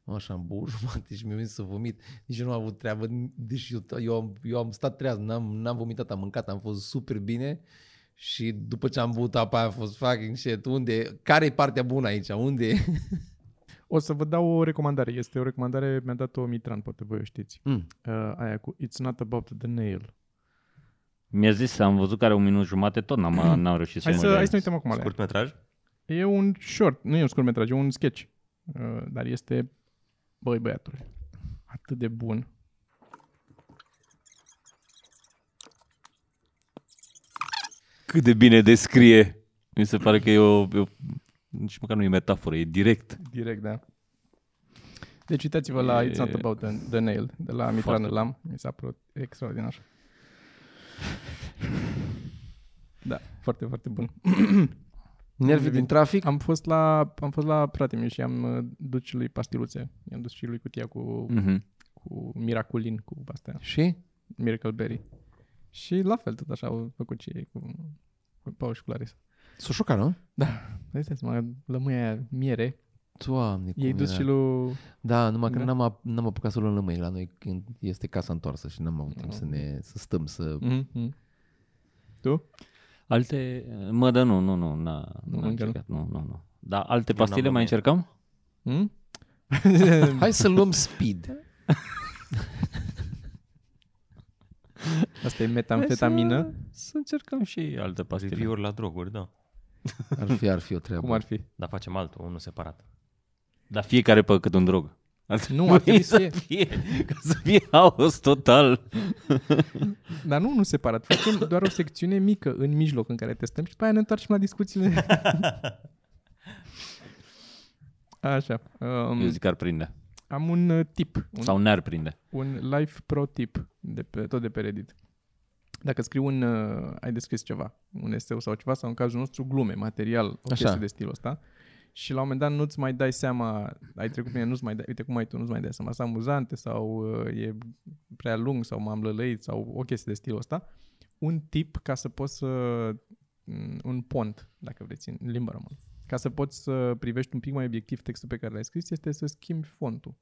Speaker 1: Mă, Așa am băut jumate și mi-a venit să vomit. Nici eu nu am avut treabă. Deci eu, eu, am, eu am stat treaz, n-am, n-am vomitat, am mâncat, am fost super bine. Și după ce am băut apa aia, am fost fucking shit. Unde? Care e partea bună aici? Unde e?
Speaker 4: O să vă dau o recomandare. Este o recomandare, mi-a dat-o Mitran, poate voi o știți.
Speaker 1: Mm.
Speaker 4: Uh, aia cu It's not about the nail.
Speaker 2: Mi-a zis, am văzut că are un minut jumate, tot n-am, n-am reușit să
Speaker 4: Hai
Speaker 2: mă
Speaker 4: să,
Speaker 2: gândesc.
Speaker 4: hai să ne uităm acum la ea.
Speaker 3: Scurt metraj?
Speaker 4: E un short, nu e un scurtmetraj, e un sketch. Uh, Dar este, băi băiatule, atât de bun.
Speaker 2: Cât de bine descrie. Mi se pare că e o, e o nici măcar nu e metaforă, e direct.
Speaker 4: Direct, da. Deci uitați-vă la
Speaker 2: E-
Speaker 4: It's Not About the, the Nail de la Mitran
Speaker 2: Foarte.
Speaker 4: Lam. Mi s-a părut extraordinar. Da, foarte, foarte bun.
Speaker 1: Nervii din trafic?
Speaker 4: Am fost la, am fost la fratele meu și am uh, dus și lui pastiluțe. I-am dus și lui cutia cu,
Speaker 1: Mhm.
Speaker 2: Mm-hmm.
Speaker 4: cu miraculin, cu astea,
Speaker 1: Și?
Speaker 4: Miracle Berry. Și la fel, tot așa au făcut și ei cu, cu Paul și cu Larisa.
Speaker 1: S-o șoca, nu?
Speaker 4: Dai seama, lămâia aia miere,
Speaker 1: Doamne, cum
Speaker 4: ei dus
Speaker 1: era.
Speaker 4: și lui...
Speaker 1: Da, numai că
Speaker 4: Da.
Speaker 1: da. n-am, ap- n-am apucat să luăm lămâi la noi când este casa întoarsă și n-am avut timp
Speaker 4: Da.
Speaker 1: să ne să stăm să...
Speaker 4: Mm-hmm.
Speaker 2: Alte, mă, dar nu, nu, nu, n-a,
Speaker 4: Nu
Speaker 2: nu, n-a
Speaker 4: mâncă, nu?
Speaker 2: încercat, nu, nu, nu. Dar alte
Speaker 3: n-am
Speaker 2: pastile mai
Speaker 3: luat mie.
Speaker 2: încercăm?
Speaker 4: Mm?
Speaker 1: Hai să luăm speed.
Speaker 4: Asta e metamfetamină.
Speaker 2: Hai Să, să încercăm și alte pastile.
Speaker 3: Review-uri la droguri, da.
Speaker 1: Ar fi, ar fi o treabă.
Speaker 4: Cum ar fi?
Speaker 3: Dar facem altul, unul separat.
Speaker 2: Dar fiecare pe cât un drog. Ar
Speaker 4: Nu, ar trebui să
Speaker 2: să fie, ca să fie haos total.
Speaker 4: Dar nu, nu separat. Facem doar o secțiune mică în mijloc în care testăm și după aia ne întoarcem la discuțiile. Așa.
Speaker 2: Eu
Speaker 4: Um,
Speaker 2: zic că ar prinde.
Speaker 4: am un uh, tip, un,
Speaker 2: Sau n-ar prinde.
Speaker 4: un life pro tip, de pe, tot de pe Reddit. Dacă scriu un, uh, ai descris ceva, un eseu sau ceva, sau în cazul nostru glume, material, o
Speaker 1: Așa.
Speaker 4: chestie de stilul ăsta, și la un moment dat nu-ți mai dai seama, ai trecut prin el, nu-ți mai dai, uite cum ai tu, nu-ți mai dai seama, sunt amuzante sau uh, e prea lung sau m-am lălăit sau o chestie de stilul ăsta, mm, un tip ca să poți să, m, un pont, dacă vreți, în limba română, ca să poți să privești un pic mai obiectiv textul pe care l-ai scris, este să schimbi fontul.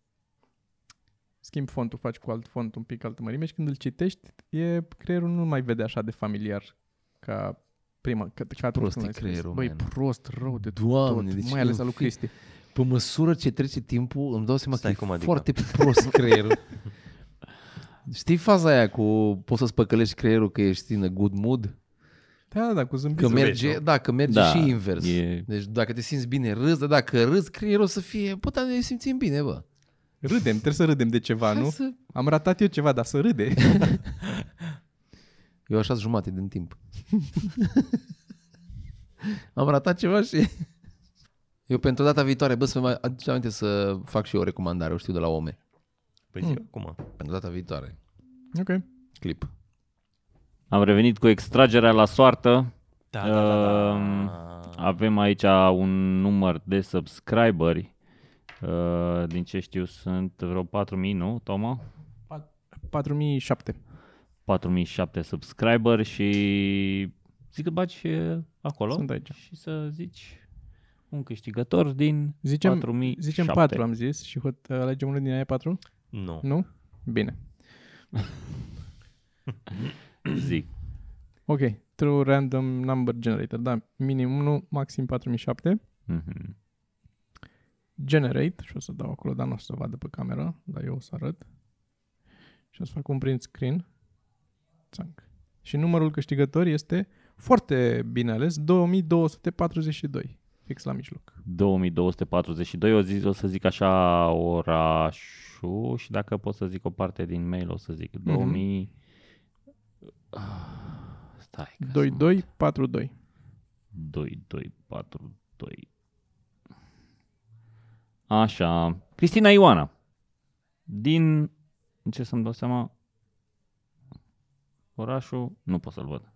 Speaker 4: Schimbi fontul, faci cu alt font un pic altă mărime și când îl citești, e, creierul nu mai vede așa de familiar ca prima, ca, ca atunci
Speaker 1: prost
Speaker 4: când
Speaker 1: e
Speaker 4: l-ai scris.
Speaker 1: creierul,
Speaker 4: Băi,
Speaker 1: man.
Speaker 4: prost, rău de
Speaker 1: Doamne,
Speaker 4: tot,
Speaker 1: deci
Speaker 4: mai
Speaker 1: e
Speaker 4: ales
Speaker 1: un
Speaker 4: al lui
Speaker 1: film.
Speaker 4: Cristi.
Speaker 1: Pe măsură ce trece timpul, îmi dau seama
Speaker 3: Stai,
Speaker 1: că
Speaker 3: cum
Speaker 1: e
Speaker 3: adică?
Speaker 1: foarte prost creierul. Știi faza aia cu poți să-ți păcălești creierul că ești în a good mood?
Speaker 4: Da, da, cu zâmbit.
Speaker 1: Că
Speaker 3: Zâmbești,
Speaker 1: merge,
Speaker 3: nu?
Speaker 1: da, că merge
Speaker 2: Da,
Speaker 1: și invers.
Speaker 2: e-
Speaker 1: Deci dacă te simți bine, râzi, dar dacă râzi, creierul o să fie, bă, dar ne simțim bine, bă.
Speaker 4: Râdem, trebuie să râdem de ceva,
Speaker 1: Hai
Speaker 4: nu?
Speaker 1: să...
Speaker 4: Am ratat eu ceva, dar să râde.
Speaker 1: Eu așa jumate din timp. Am ratat ceva și... Eu pentru data viitoare, bă, să mai aduce aminte să fac și eu o recomandare, o știu de la OME.
Speaker 3: Păi
Speaker 4: Hmm.
Speaker 3: zi acum.
Speaker 1: Pentru data viitoare.
Speaker 4: ok.
Speaker 1: Clip.
Speaker 2: Am revenit cu extragerea la soartă.
Speaker 3: Da, da, da, da.
Speaker 2: Um,
Speaker 3: Ah,
Speaker 2: Avem aici un număr de subscriberi. Uh, din ce știu sunt vreo 4.000, nu, Toma?
Speaker 4: 4007.
Speaker 2: 4.007 subscriberi și zic că baci uh, acolo
Speaker 4: Sunt aici.
Speaker 2: și să zici un câștigător din
Speaker 4: Zicem,
Speaker 2: 4007.
Speaker 4: zicem 4, am zis, și hot, alegem unul din aia 4?
Speaker 3: Nu.
Speaker 4: Nu? Bine.
Speaker 2: Zic.
Speaker 4: Ok. True random number generator. Da, minim 1, maxim 4007.
Speaker 2: Mhm.
Speaker 4: Generate. Și o să dau acolo, dar nu o să se vadă pe cameră, dar eu o să arăt. Și o să fac un print screen. Țanc. Și numărul câștigător este foarte bine ales, 2242. Fix la mijloc.
Speaker 2: 2242, o, zi, o să zic așa orașul și dacă pot să zic o parte din mail o să zic 2000... Ah, Stai, că
Speaker 4: 2242.
Speaker 2: 2, 2, 4, 2. Așa. Cristina Ioana. Din... Ce să-mi dau seama? Orașul... Nu pot să-l văd.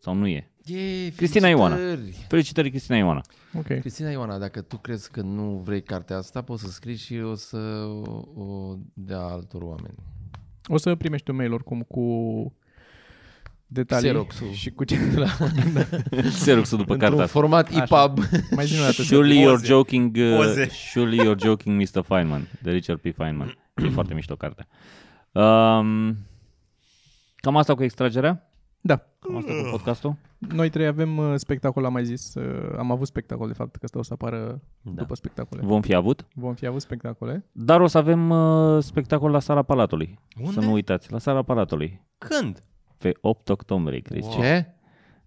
Speaker 2: Sau nu e.
Speaker 1: Yay,
Speaker 2: Cristina Ioana.
Speaker 1: felicitări!
Speaker 2: Felicitări, Cristina Ioana.
Speaker 4: Ok.
Speaker 1: Cristina Ioana, dacă tu crezi că nu vrei cartea asta, poți să scrii și o să o, o dea altor oameni.
Speaker 4: O să primești un mail oricum cu detalii
Speaker 1: Xerox-ul.
Speaker 4: și cu ce de la...
Speaker 2: Xeroxul după
Speaker 1: Într-un
Speaker 2: cartea asta.
Speaker 1: format
Speaker 4: Așa. Oh.
Speaker 1: EPUB.
Speaker 4: Mai zi o dată.
Speaker 2: Surely you're joking, uh,
Speaker 3: Poze.
Speaker 2: surely you're joking Mr. Feynman, de Richard P. Feynman. E foarte mișto cartea. Um, cam asta cu extragerea?
Speaker 4: Da.
Speaker 2: Cam asta
Speaker 1: Uh.
Speaker 2: cu podcastul?
Speaker 4: Noi trei avem uh, spectacol, am mai zis. uh, Am avut spectacol, de fapt, că asta o să apară da. după spectacole.
Speaker 2: Vom fi avut?
Speaker 4: Vom fi avut spectacole.
Speaker 2: Dar o să avem uh, spectacol la sala Palatului. Să
Speaker 3: Unde?
Speaker 2: nu uitați, la sala Palatului.
Speaker 3: Când?
Speaker 2: Pe 8 octombrie, Cristi. Wow.
Speaker 1: Ce?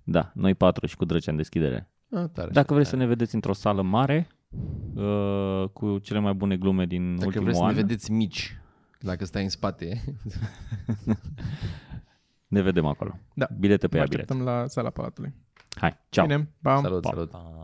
Speaker 2: Da, noi patru și cu drăcea în deschidere.
Speaker 1: A, tare.
Speaker 2: Dacă vreți să ne vedeți într-o sală mare, uh, cu cele mai bune glume din
Speaker 1: Dacă
Speaker 2: ultimul
Speaker 1: vreți să
Speaker 2: an,
Speaker 1: ne vedeți mici, dacă stai în spate,
Speaker 2: ne vedem acolo.
Speaker 4: Da.
Speaker 2: Bilete pe
Speaker 4: Vă
Speaker 2: ea, bilete.
Speaker 1: Da.
Speaker 4: așteptăm la sala Palatului.
Speaker 2: Hai, ceau!
Speaker 4: Bine, pa!
Speaker 1: salut, salut.
Speaker 3: Ah.